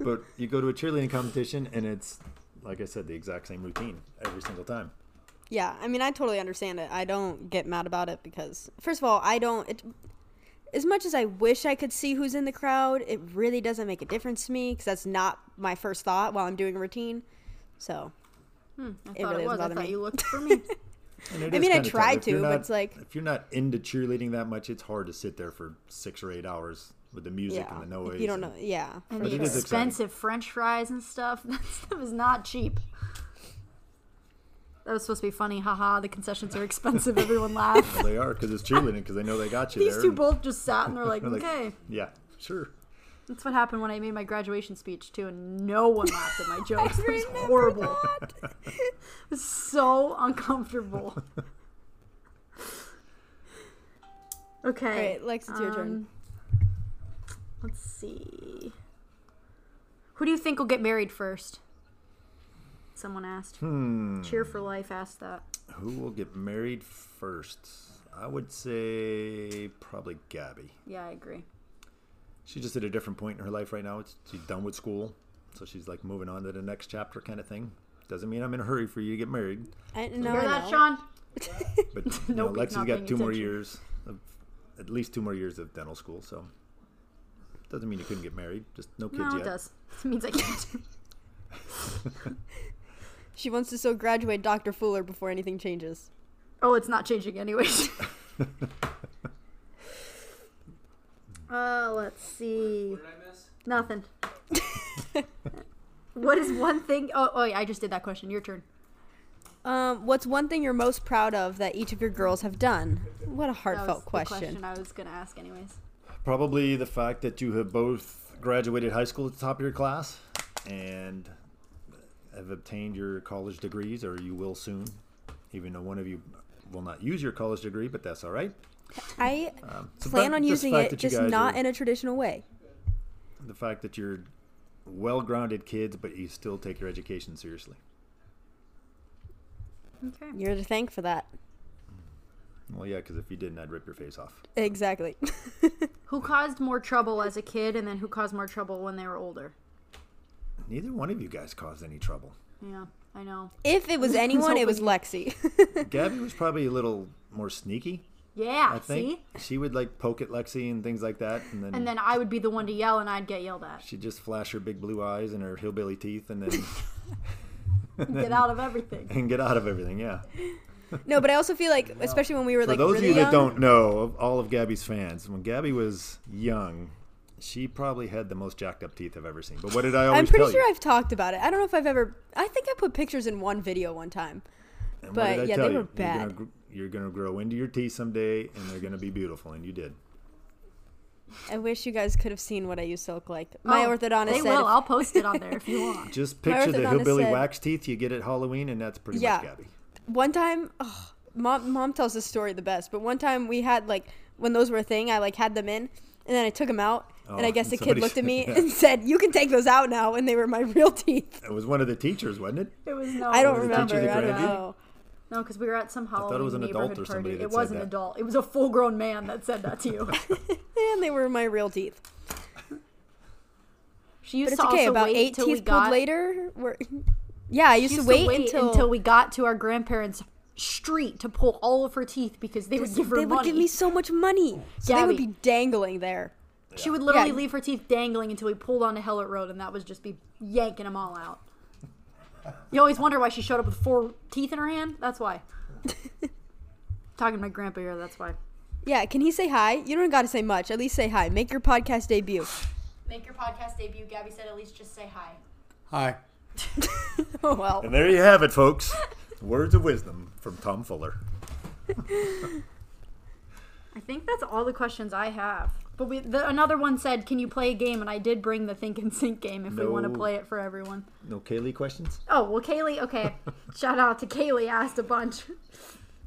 A: But you go to a cheerleading competition, and it's like I said, the exact same routine every single time.
B: Yeah, I mean, I totally understand it. I don't get mad about it because, first of all, I don't. It, as much as I wish I could see who's in the crowd, it really doesn't make a difference to me because that's not my first thought while I'm doing a routine. So,
C: I
B: It
C: thought
B: really
C: it
B: doesn't bother
C: was. Hmm, I thought
B: me.
C: you looked for me.
A: And it
B: I
A: is
B: mean, I
A: kinda
B: tried
A: tough. If you're
B: to, but
A: not-
B: it's like-
A: if you're not into cheerleading that much, it's hard to sit there for six or eight hours with the music
B: yeah.
A: and the
B: If
A: noise.
B: you don't
A: and-
B: know. Yeah.
C: And
A: But
C: the
A: it is exciting.
C: expensive French fries and stuff. That stuff is not cheap. That was supposed to be funny. Haha, the concessions are expensive. Everyone laughed.
A: Well, they are because it's cheerleading because they know they got you
C: These
A: there.
C: two
A: and
C: both just sat and they're like,
A: they're like,
C: okay.
A: Yeah, sure.
C: That's what happened when I made my graduation speech too, and no one laughed at my jokes. It was
B: remember
C: horrible. it was so uncomfortable.
B: All
C: Okay,
B: right, Lex, it's your turn.
C: um, let's see. Who do you think will get married first? Someone asked.
A: Hmm.
C: Cheer for Life asked that.
A: Who will get married first? I would say probably Gabby.
C: Yeah, I agree.
A: She's just at a different point in her life right now. It's, she's done with school, so she's like moving on to the next chapter kind of thing. Doesn't mean I'm in a hurry for you to get married,
B: I, no,
C: Hear
B: I
C: that,
B: know.
C: Sean?
A: but you know,
C: Nope,
A: Lexi's
C: not
A: got two
C: paying
A: more
C: attention.
A: years, of, at least two more years of dental school. So doesn't mean you couldn't get married. Just no kids
C: No,
A: yet.
C: it does. It means I can't.
B: She wants to so graduate Dr. Fuller before anything changes.
C: Oh, it's not changing anyways. uh, let's see.
D: What did I miss?
C: Nothing. what is one thing? Oh, oh, yeah, I just did that question. Your turn.
B: Um, what's one thing you're most proud of that each of your girls have done? What a
C: That was
B: heartfelt
C: the
B: question.
C: question I was gonna ask, anyways.
A: Probably the fact that you have both graduated high school at the top of your class and have obtained your college degrees, or you will soon, even though one of you will not use your college degree, but that's all right. Um,
B: I
A: So
B: plan
A: fa-
B: on
A: just
B: using
A: fact
B: it,
A: that you
B: just
A: guys
B: not
A: are-
B: in a traditional way.
A: the fact that you're well grounded kids, but you still take your education seriously.
C: Okay.
B: You're to thank for that.
A: Well, yeah, because if you didn't, I'd rip your face off.
B: Exactly.
C: Who caused more trouble as a kid, and then who caused more trouble when they were older?
A: Neither one of you guys caused any trouble.
C: Yeah, I know.
B: if it was anyone, it was Lexi.
A: Gabby was probably a little more sneaky.
C: Yeah.
B: Ah,
A: I think
C: See.
A: she would like poke at Lexi and things like that, and then,
C: And then I would be the one to yell, and I'd get yelled at.
A: she'd just flash her big blue eyes and her hillbilly teeth, and then
C: Get out of everything.
A: and get out of everything. Yeah.
B: no, but I also feel like, especially when we were
A: For
B: like
A: those
B: really
A: of you
B: young,
A: that don't know, of all of Gabby's fans, when Gabby was young, she probably had the most jacked up teeth I've ever seen. But what did I always
B: I'm pretty
A: tell
B: sure
A: you?
B: I've talked about it. I don't know if I've ever. I think I put pictures in one video one time.
A: And
B: But,
A: what did I
B: yeah,
A: tell
B: they
A: you?
B: were
A: You're
B: bad.
A: gonna, gr- you're gonna grow into your teeth someday, and they're gonna be beautiful, and you did.
B: I wish you guys could have seen what I used to look like. My
C: Oh,
B: orthodontist
C: They
B: said,
C: will. I'll post it on there if you want.
A: Just
B: My
A: picture the
B: orthodontist
A: hillbilly
B: said-
A: wax teeth you get at Halloween, and that's pretty
B: Yeah.
A: much Gabby.
B: one time ugh, mom mom tells this story the best but one time we had like when those were a thing i like had them in and then i took them out and
A: Oh,
B: i guess the
A: somebody
B: kid looked
A: said
B: at me
A: that.
B: and said you can take those out now and they were my real teeth
A: It was one of the teachers, wasn't it?
C: It was no.
B: i don't
A: the
B: remember
A: teacher that
B: i
A: grabbed
B: don't
A: you?
B: know
C: No, because we were at some Halloween
A: it was an adult
C: neighborhood
A: or somebody
C: party.
A: that
C: It
A: said
C: was an
A: that.
C: adult. It was a full-grown man that said that to you.
B: and they were my real teeth
C: She
B: but
C: used
B: it's
C: to
B: okay
C: also
B: about
C: wait
B: eight
C: till
B: teeth
C: we
B: pulled
C: got.
B: later were yeah i used,
C: She
B: to, wait
C: until,
B: until,
C: we got to our grandparents' street to pull all of her teeth because they would give her
B: they
C: money.
B: would give me so much money so they would
C: Gabby.
B: be dangling there
C: She would literally
B: Yeah.
C: leave her teeth dangling until we pulled onto Hellert Road, and that was just be yanking them all out. You always wonder why she showed up with four teeth in her hand. That's why. Talking to my grandpa here. That's why.
B: yeah can he say hi you don't gotta say much at least say hi make your podcast debut
C: Make your podcast debut. Gabby said, at least just say hi.
D: Hi.
B: oh well
A: And there you have it, folks. Words of wisdom from Tom Fuller.
C: I think that's all the questions I have. But we, the, another one said, "Can you play a game?" And I did bring the Think and Sync game if we want to
A: No.
C: play it for everyone.
A: No Kaylee questions?
C: Oh well, Kaylee. Okay, shout out to Kaylee. Asked a bunch.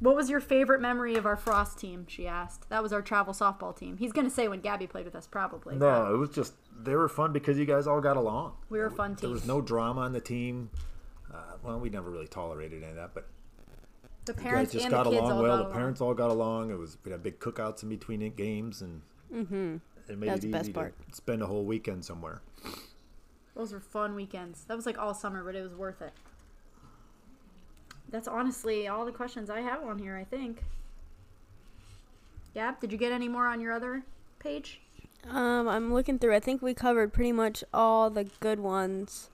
C: What was your favorite memory of our Frost team? She asked. That was our travel softball team. He's gonna say when Gabby played with us, probably.
A: No, it was just they were fun because you guys all got along.
C: We were a fun
A: There
C: team.
A: was no drama on the team. Uh, well, we never really tolerated any of that, but
C: the
A: you guys
C: parents
A: just
C: and the
A: got
C: kids
A: along
C: all
A: well.
C: got
A: The
C: along.
A: parents all got along. It was we had big cookouts in between it- games, and
C: Mm-hmm.
A: it made
B: That's
A: it
B: the
A: easy
B: best
A: to
B: part.
A: spend a whole weekend somewhere.
C: Those were fun weekends. That was like all summer, but it was worth it. That's honestly all the questions I have on here. I think. Gab, did you get any more on your other page?
B: Um, I'm looking through. I think we covered pretty much all the good ones.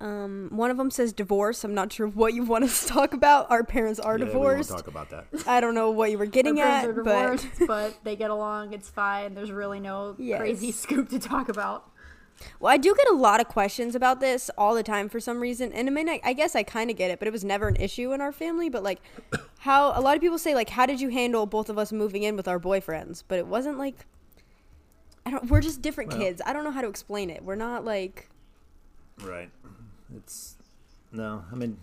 B: Um, one of them says divorce. I'm not sure what you want us to talk about. Our parents are
A: Yeah, we won't
B: divorced.
A: talk about that.
B: I don't know what you were getting
C: Our
B: at,
C: friends are
B: but
C: divorced, but they get along. It's fine. There's really no
B: Yes.
C: crazy scoop to talk about.
B: well, I do get a lot of questions about this all the time for some reason. And I mean, I, I guess I kind of get it, but it was never an issue in our family. But like, how a lot of people say like, how did you handle both of us moving in with our boyfriends? But it wasn't like, I don't. We're just different
A: Well-
B: kids. I don't know how to explain it. We're not like
A: Right. It's no. I mean,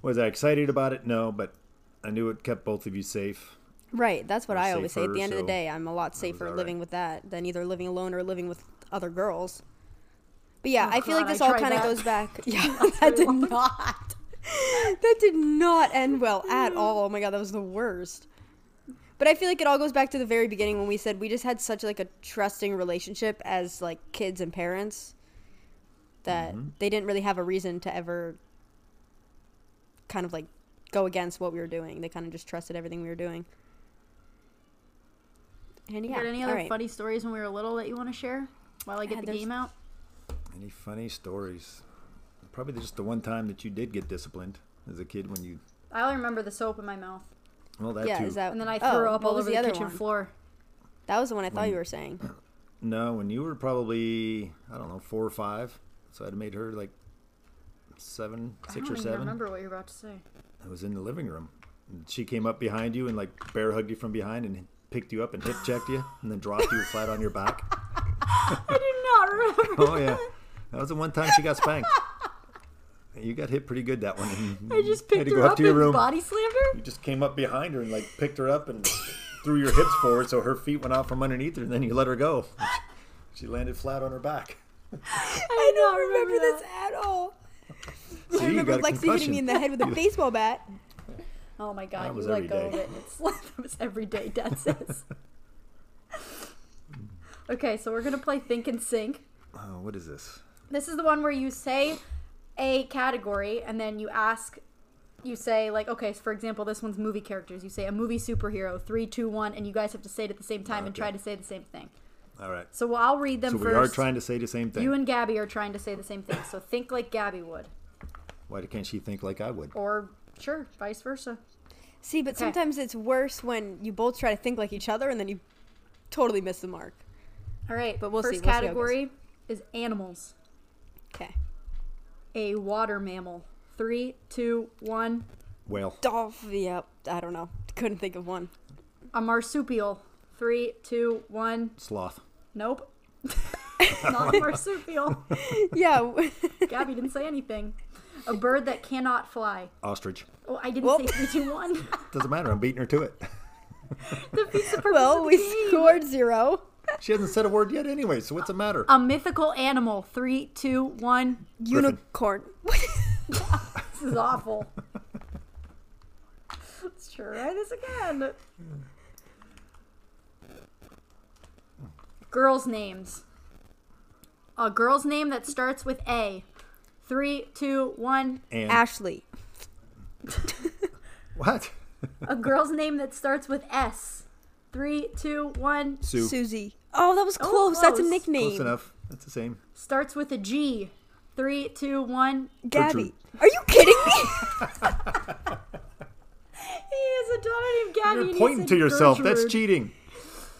A: was I excited about it? No, but I knew it kept both of you safe.
B: right. That's what
A: We're
B: I always say. At the
A: safer,
B: end of
A: so
B: the day, I'm a lot safer
A: alright.
B: living with that than either living alone or living with other girls. But yeah, I feel like
C: Oh, God, I
B: this all
C: tried
B: kind of
C: that.
B: goes back. Yeah, that did
C: not.
B: that did not end well at all. Oh my god, that was the worst. But I feel like it all goes back to the very beginning when we said we just had such like a trusting relationship as like kids and parents that
A: Mm-hmm.
B: they didn't really have a reason to ever kind of like go against what we were doing. They kind of just trusted everything we were doing. And
C: You
B: yeah,
C: got any
B: all
C: other
B: right.
C: funny stories when we were little that you want to share while I get
B: Yeah,
C: the
B: there's-
C: game out?
A: Any funny stories? Probably just the one time that you did get disciplined as a kid when you.
C: I only remember the soap in my mouth,
A: Well, that
B: yeah,
A: too.
B: is that
C: and then I
B: oh,
C: threw up
B: what
C: all
B: was
C: over
B: the
C: the,
B: other
C: kitchen
B: one?
C: floor.
B: That was the one I
A: Mm.
B: thought you were saying.
A: No, when you were probably I don't know four or five, so I'd have made her like seven,
C: I don't
A: six or
C: even
A: seven.
C: remember what you were about to say.
A: I was in the living room. And she came up behind you and like bear hugged you from behind and picked you up and hip checked you and then dropped you flat on your back.
C: I do not remember.
A: Oh yeah, that was the one time she got spanked. You got hit pretty good that one. and
C: I just
A: you had
C: picked
A: to go
C: her up
A: to your
C: and
A: room.
C: body slammed her.
A: You just came up behind her and like picked her up and threw your hips forward so her feet went out from underneath her, and then you let her go. She landed flat on her back.
C: I do not
B: I remember
C: remember
B: this
C: that.
B: at all.
A: See,
B: I
A: you
B: remember
A: got a
B: Lexi hitting me
A: concussion.
B: in the head with a baseball bat.
C: Oh my god,
A: That was
C: you let
A: every
C: go
A: day.
C: of it. and It's like that was every day, Dad says. okay, so we're gonna play Think and Sync.
A: Oh, what is this?
C: This is the one where you say a category and then you ask, you say, like, okay, so for example, this one's movie characters. You say a movie superhero, three, two, one, and you guys have to say it at the same time and
A: Okay.
C: try to say the same thing.
A: All right.
C: So well, I'll read them
A: So
C: first.
A: we are trying to say the same thing.
C: you and Gabby are trying to say the same thing. So think like Gabby would,
A: Why can't she think like I would?
C: or sure, vice versa.
B: See, but sometimes it's worse when you both try to think like each other and then you totally miss the mark.
C: All right,
B: But we'll see,
C: first
B: we'll see how it goes.
C: category is animals.
B: Okay.
C: a water mammal. Three, two, one.
A: Whale.
B: Dolph, yep. I don't know. Couldn't think of one.
C: A marsupial. Three, two, one.
A: Sloth.
C: Nope. Not a marsupial.
B: yeah. w-
C: Gabby didn't say anything. A bird that cannot fly.
A: Ostrich.
C: Oh, I didn't
B: Whoop.
C: say three, two, one.
A: Doesn't matter. I'm beating her to it.
C: Defeats the purpose
B: well,
C: of
B: we
C: the game.
B: scored zero.
A: She hasn't said a word yet anyway, so what's the matter?
B: Uh,
C: A mythical animal. Three, two, one.
B: Unicorn.
C: This is awful. Let's try this again. Girls' names. A girl's name that starts with A. Three, two, one.
A: and
B: Ashley.
A: what?
C: A girl's name that starts with S. Three, two, one.
A: Sue.
B: Susie. Oh, that was close. That's a
C: close.
B: nickname.
A: Close enough. That's the same.
C: Starts with a G. Three, two, one.
B: Gabby.
A: Gertrude.
B: Are you kidding me?
C: He is a daughter named Gabby. and
A: You're
C: he
A: pointing
C: said
A: to yourself. That's
C: Gertrude.
A: cheating.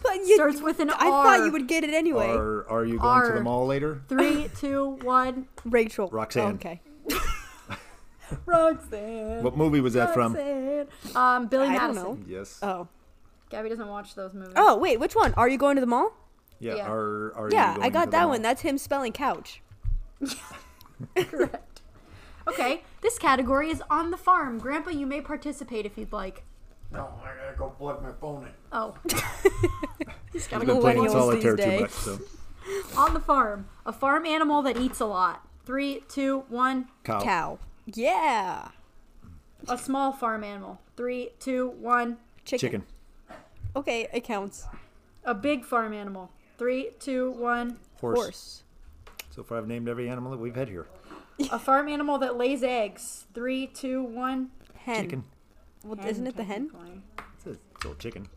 B: But you-
C: Starts with an
B: I thought
C: R.
B: you would get it anyway.
A: Are are you going to
C: R.
A: the mall later?
C: Three, two, one.
B: Rachel.
A: Roxanne.
B: Oh, okay.
C: Roxanne.
A: What movie was that from?
C: Roxanne. Um, Billy
B: I don't
C: Madison.
B: know.
A: Yes.
B: Oh.
C: Gabby doesn't watch those movies.
B: Oh, wait. Which one? Are you going to the mall?
A: yeah.
C: yeah.
A: Are are you
B: Yeah,
A: going
B: I
A: to
B: got
A: the
B: that
A: mall?
B: one. That's him spelling couch.
C: correct. Okay, this category is on the farm. Grandpa, you may participate if you'd like.
D: No, I gotta go plug my phone in.
C: Oh, he's got to
A: I've
C: go
A: been playing
B: millennials
A: solitaire
B: these
A: too
B: days.
A: much. So
C: on the farm. A farm animal that eats a lot. Three, two, one.
A: cow.
B: Cow. Yeah.
C: A small farm animal. Three, two, one.
B: Chicken.
A: Chicken.
B: Okay, it counts.
C: A big farm animal. Three, two, one.
A: Horse.
B: Horse.
A: So far, I've named every animal that we've had here.
C: A farm animal that lays eggs. Three, two, one.
B: Hen.
A: Chicken.
B: Well, isn't it the hen?
C: technically.
A: It's a it's all chicken.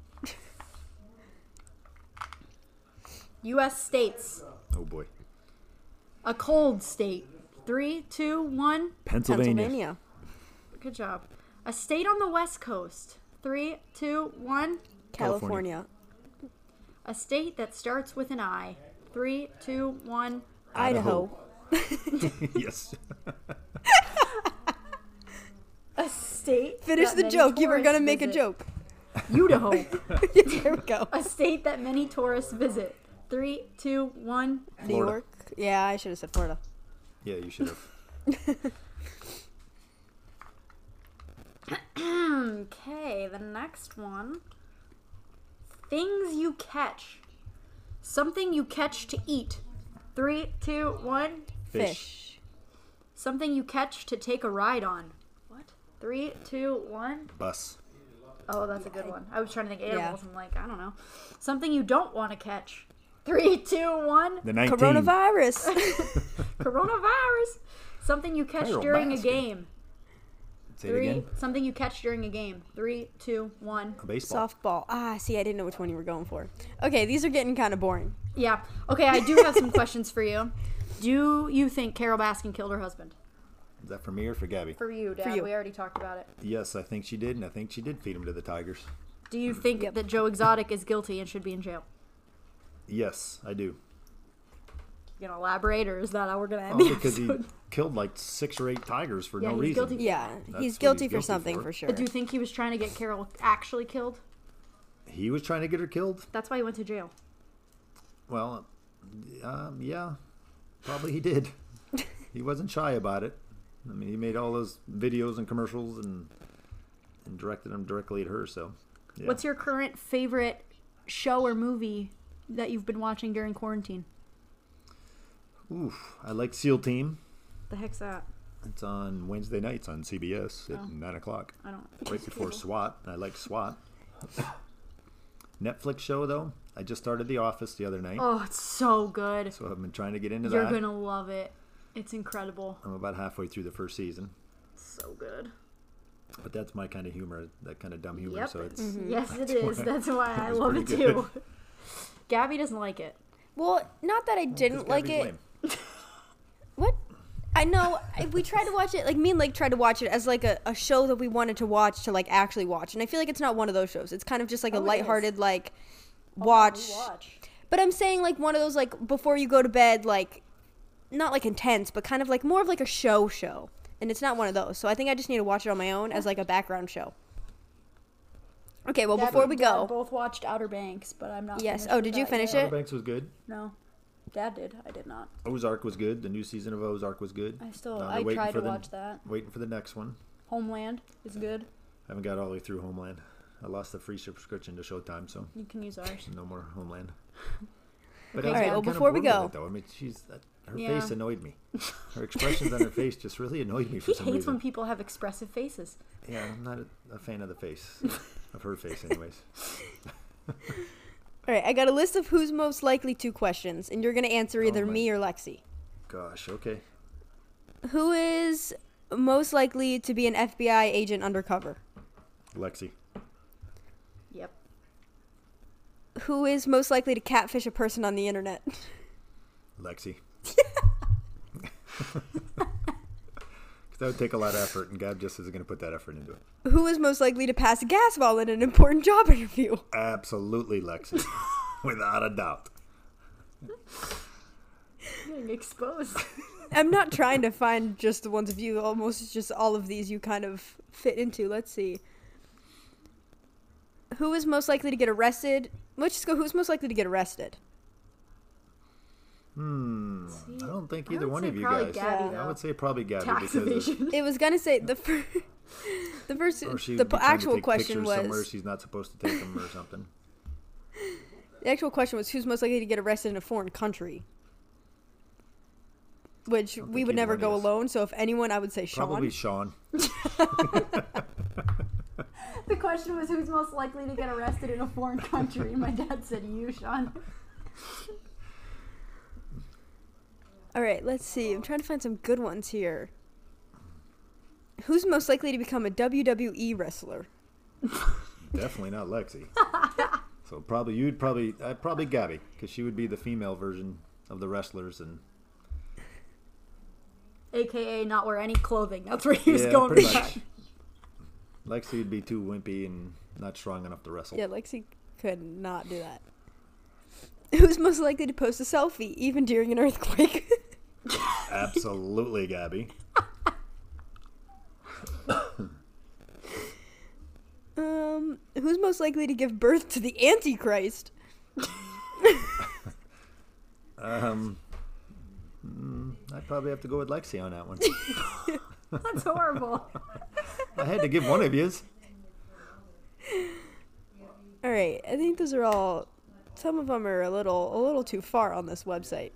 C: U.S. states.
A: Oh boy.
C: A cold state. Three, two, one.
A: Pennsylvania.
B: Pennsylvania.
C: Good job. A state on the West Coast. Three, two, one.
A: California.
B: California.
C: A state that starts with an I. Three, two, one.
B: Idaho.
A: yes.
C: A state.
B: Finish
C: that
B: the
C: many
B: joke. You were
C: tourists
B: going to make a
C: visit.
B: joke.
C: Idaho.
B: There we go.
C: a state that many tourists visit. Three, two, one.
B: New
A: Florida.
B: York. Yeah, I should have said Florida.
A: Yeah, you should have.
C: Okay, the next one. Things you catch. Something you catch to eat. Three, two, one.
B: Fish.
C: Something you catch to take a ride on. What? Three, two, one.
A: Bus.
C: Oh, that's a good one. I was trying to think animals. I'm like, I don't know. Something you don't want to catch. Three, two, one.
A: The 19.
B: Coronavirus.
C: Coronavirus. Something you catch
A: Viral
C: during a
A: basket.
C: game.
A: Say it
C: Three.
A: again.
C: Something you catch during a game. Three, two, one.
A: A baseball.
B: Softball. Ah, see, I didn't know which one you were going for. Okay, these are getting kind of boring.
C: Yeah. Okay, I do have some questions for you. Do you think Carol Baskin killed her husband?
A: Is that for me or for Gabby?
C: For you, Dad.
B: you.
C: We already talked about it.
A: yes, I think she did, and I think she did feed him to the tigers.
C: Do you think that Joe Exotic is guilty and should be in jail?
A: Yes, I do.
C: You gonna elaborate, or is that how we're gonna end?
A: All
C: the
A: Oh, because he
C: episode?
A: killed like six or eight tigers for
C: Yeah,
A: no
C: he's
A: reason.
C: guilty.
B: Yeah,
A: what
B: he's
A: he's
B: guilty for
A: guilty
B: something for,
A: for.
B: sure.
C: But do you think he was trying to get Carol actually killed?
A: He was trying to get her killed.
C: That's why he went to jail.
A: Well, um, yeah, probably he did. he wasn't shy about it. I mean, he made all those videos and commercials and and directed them directly at her. So, yeah.
C: What's your current favorite show or movie that you've been watching during quarantine?
A: Oof, I like SEAL Team.
C: The heck's that?
A: It's on Wednesday nights on CBS
C: Oh.
A: at nine o'clock,
C: I don't.
A: right before SWAT. I like SWAT. Netflix show though, I just started The Office the other night,
C: Oh, it's so good.
A: so I've been trying to get into
C: You're
A: that.
C: gonna love it. It's incredible.
A: I'm about halfway through the first season,
C: So good.
A: but that's my kind of humor, that kind of dumb humor.
C: Yep. Mm.
A: So it's
C: Yes, it is. That's why I love it
A: pretty good.
C: too. Gabby doesn't like it.
B: well, not that I
A: it's
B: didn't
A: gotta
B: like
A: be
B: it.
A: lame.
B: What? I know. I, we tried to watch it. Like me and Lake tried to watch it as like a, a show that we wanted to watch to like actually watch. And I feel like it's not one of those shows. It's kind of just like a
C: it is.
B: lighthearted like watch.
C: Watch.
B: But I'm saying like one of those like before you go to bed like not like intense, but kind of like more of like a show show. And it's not one of those. So I think I just need to watch it on my own as like a background show. Okay, well before we go.
C: both watched Outer Banks, but I'm not.
B: Yes.
C: finished
B: Oh,
C: with
B: did you
C: that
B: finish
C: yet.
A: Outer
B: it?
A: Banks was good.
C: No, Dad did. I did not.
A: Ozark was good. The new season of Ozark was good.
C: I still.
A: Now they're
C: I
A: waiting
C: tried
A: for
C: to
A: the-
C: watch that.
A: Waiting for the next one.
C: Homeland is good.
A: I haven't got all the way through Homeland. I lost the free subscription to Showtime, so
C: You can use ours.
A: no more Homeland. But I was
C: Okay, Alright,
A: getting
C: well,
A: kinda
B: before we
A: bored with
B: go-
A: it, though. I mean, she's that, her
C: Yeah.
A: face annoyed me. Her expressions on her face just really annoyed me for
C: He
A: some
C: hates
A: reason.
C: when people have expressive faces.
A: Yeah, I'm not a, a fan of the face, of her face, anyways.
B: All right, I got a list of who's most likely to questions and you're going to answer either
A: my-
B: me or Lexi.
A: Gosh, okay.
B: Who is most likely to be an FBI agent undercover?
A: Lexi,
C: Yep.
B: Who is most likely to catfish a person on the internet?
A: Lexi. 'Cause that would take a lot of effort, and Gab just isn't going to put that effort into it.
B: Who is most likely to pass gas while in an important job interview?
A: Absolutely, Lexi, without a doubt.
C: Getting exposed.
B: I'm not trying to find just the ones of you. Almost just all of these you kind of fit into. Let's see. Who is most likely to get arrested? Let's just go. Who's most likely to get arrested?
A: Hmm. I don't think
C: I
A: either
C: would
A: one
C: say
A: of you
C: probably
A: guys.
C: Gabby,
A: I
C: though.
A: would say probably Gabby
C: Tax
A: because of-
C: evasion.
B: It was gonna say the first, the first,
A: or she
B: the
A: would be
B: p-
A: trying to
B: actual
A: take
B: question
A: pictures somewhere
B: was
A: she's not supposed to take them or something.
B: the actual question was who's most likely to get arrested in a foreign country. Which we
A: think
B: would
A: either
B: never
A: one
B: go
A: is.
B: alone. So if anyone, I would say Sean.
A: Probably Sean.
C: the question was who's most likely to get arrested in a foreign country, and my dad said you, Sean.
B: All right, let's see. I'm trying to find some good ones here. Who's most likely to become a WWE wrestler?
A: Definitely not Lexi. so probably you'd probably uh, probably Gabby because she would be the female version of the wrestlers and
C: aka not wear any clothing. That's where he was
A: Yeah,
C: going.
A: pretty
C: with
A: much.
C: that.
A: Lexi would be too wimpy and not strong enough to wrestle.
B: Yeah, Lexi could not do that. Who's most likely to post a selfie, even during an earthquake?
A: Absolutely, Gabby.
B: um, who's most likely to give birth to the Antichrist?
A: Um, mm, I'd probably have to go with Lexi on that one.
C: That's horrible.
A: I had to give one of yous.
B: All right, I think those are all. Some of them are a little a little too far on this website.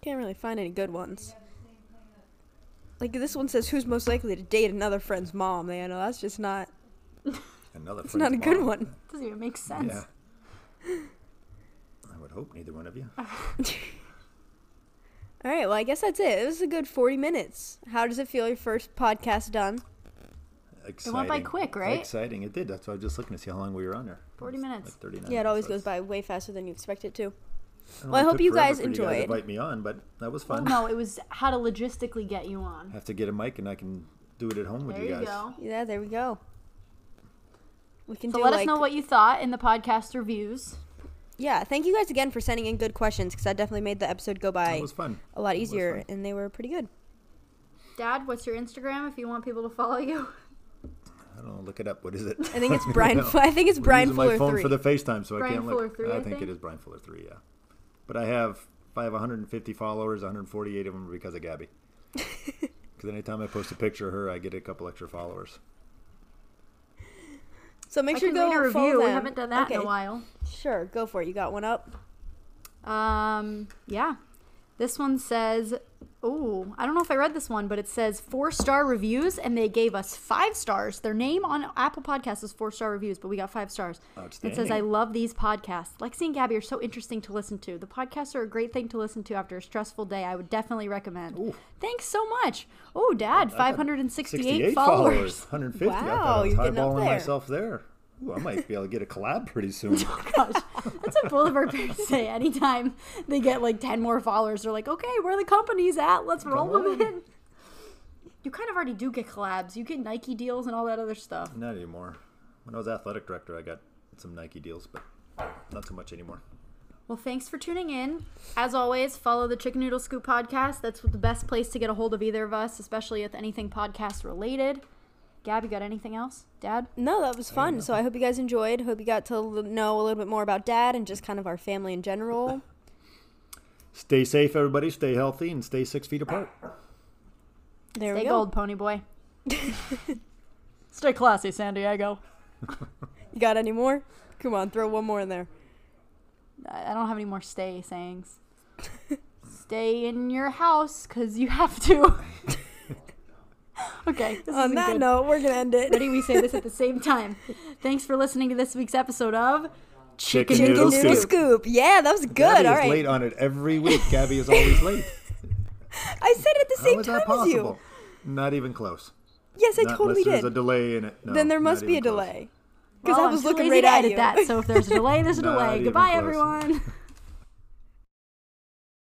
B: Can't really find any good ones. Like this one says, "Who's most likely to date another friend's mom?" They know that's just not
A: Another.
B: it's not a good one.
C: Doesn't even make sense.
A: Yeah. I would hope neither one of you.
B: All right, well, I guess that's it. It was a good 40 minutes. How does it feel your first podcast done?
A: Exciting.
C: by quick, right?
A: Exciting. It did. That's why I was just looking to see how long we were on there.
C: 40
A: It's
C: minutes.
A: Like 39.
B: Yeah, it always
A: so
B: goes
A: it's-
B: by way faster than you expect it to.
A: don't know,
B: Well, I
A: it
B: hope
A: took
B: you
A: forever
B: guys
A: for you
B: enjoyed.
A: to invite me on, but that was
C: Well,
A: fun.
C: no, it was how to logistically get you on.
A: have to get a mic and I can do it at home with
C: There
A: you
C: you
A: guys.
C: go.
B: Yeah, there we go. We can
C: So
B: do
C: let
B: like,
C: us know what you thought in the podcast reviews.
B: Yeah, thank you guys again for sending in good questions because that definitely made the episode go
A: That
B: by
A: was fun.
B: a lot
A: was
B: easier,
A: fun.
B: and they were pretty good.
C: Dad, what's your Instagram if you want people to follow you?
A: I don't know. Look it up. What is it?
B: I think it's Brian. I think it's
A: We're
B: Brian
A: using my
B: Fuller
A: phone
B: three.
A: for the FaceTime, so
C: Brian
A: I can't look.
C: Fuller three, I
A: I think
C: think.
A: it is Brian Fuller three. Yeah, but I have I have 150 followers. 148 of them are because of Gabby. Because anytime I post a picture of her, I get a couple extra followers.
B: so make
C: I
B: sure
C: can
B: to go
C: read a
B: follow
C: review. We
B: them.
C: haven't done that in
B: Okay,
C: a while.
B: Sure, go for it. You got one up.
C: Um, yeah. This one says, oh, I don't know if I read this one, but it says four star reviews, and they gave us five stars. Their name on Apple Podcasts is four star reviews, but we got five stars. It says,
A: Outstanding.
C: I love these podcasts. Lexi and Gabby are so interesting to listen to. The podcasts are a great thing to listen to after a stressful day. I would definitely recommend. Thanks so much. Oh, Dad, 568 followers.
A: 150. I
B: Wow,
A: thought I was
B: you're getting up
A: highballing
B: there.
A: myself there. Ooh, I might be able to get a collab pretty soon.
C: Gosh, that's what Boulevard parents say anytime they get like 10 more followers. They're like, okay, where the company's at. Let's roll
A: Come
C: them
A: on.
C: in. You kind of already do get collabs. You get Nike deals and all that other stuff.
A: Not anymore. When I was athletic director, I got some Nike deals, but not so much anymore.
C: Well, thanks for tuning in. As always, follow the Chicken Noodle Scoop podcast. That's the best place to get a hold of either of us, especially if anything podcast related. Gab, you got anything else? Dad?
B: No, that was fun. So I hope you guys enjoyed. Hope you got to l- know a little bit more about Dad and just kind of our family in general.
A: Stay safe, everybody. Stay healthy and stay six feet apart.
B: There
C: Stay
B: we go.
C: gold, pony boy. Stay classy, San Diego.
B: You got any more? Come on, throw one more in there.
C: I I don't have any more stay sayings. stay in your house because you have to. okay. This
B: On
C: isn't
B: that
C: good.
B: note, we're gonna end it.
C: Ready? We say this at the same time. Thanks for listening to this week's episode of
A: Chicken
B: Chicken
A: Noodle
B: noodle
A: Scoop.
B: scoop. Yeah, that was good.
A: Gabby
B: All
A: is
B: right.
A: late on it every week. Gabby is always late.
B: I said it at the
A: How
B: same
A: is
B: time
A: that
B: as you.
A: possible? Not even close.
B: Yes, I
A: Not
B: totally
A: unless there's
B: did.
A: a delay in it. No,
B: then there
A: not
B: must be a
A: even close.
B: delay. Because
C: Well,
B: I was
C: Oh, I'm too
B: looking
C: lazy
B: right
C: to
B: at
C: edit
B: you.
C: that. So if there's a delay, there's a
A: Not
C: delay.
A: even
C: Goodbye,
A: close.
C: everyone.